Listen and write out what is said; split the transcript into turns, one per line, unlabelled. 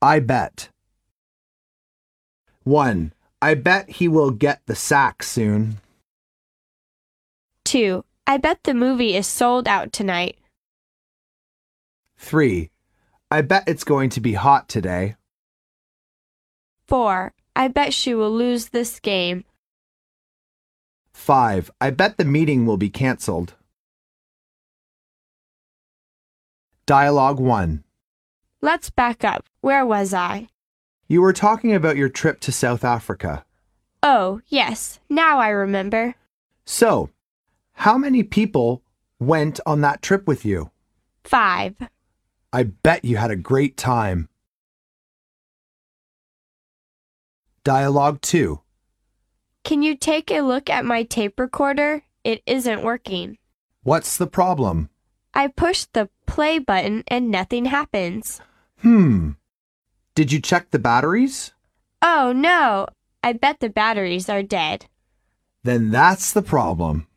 I bet. 1. I bet he will get the sack soon.
2. I bet the movie is sold out tonight.
3. I bet it's going to be hot today.
4. I bet she will lose this game.
5. I bet the meeting will be cancelled. Dialogue 1.
Let's back up. Where was I?
You were talking about your trip to South Africa.
Oh, yes, now I remember.
So, how many people went on that trip with you?
5.
I bet you had a great time. Dialogue 2.
Can you take a look at my tape recorder? It isn't working.
What's the problem?
I push the play button and nothing happens.
Hmm. Did you check the batteries?
Oh no! I bet the batteries are dead.
Then that's the problem.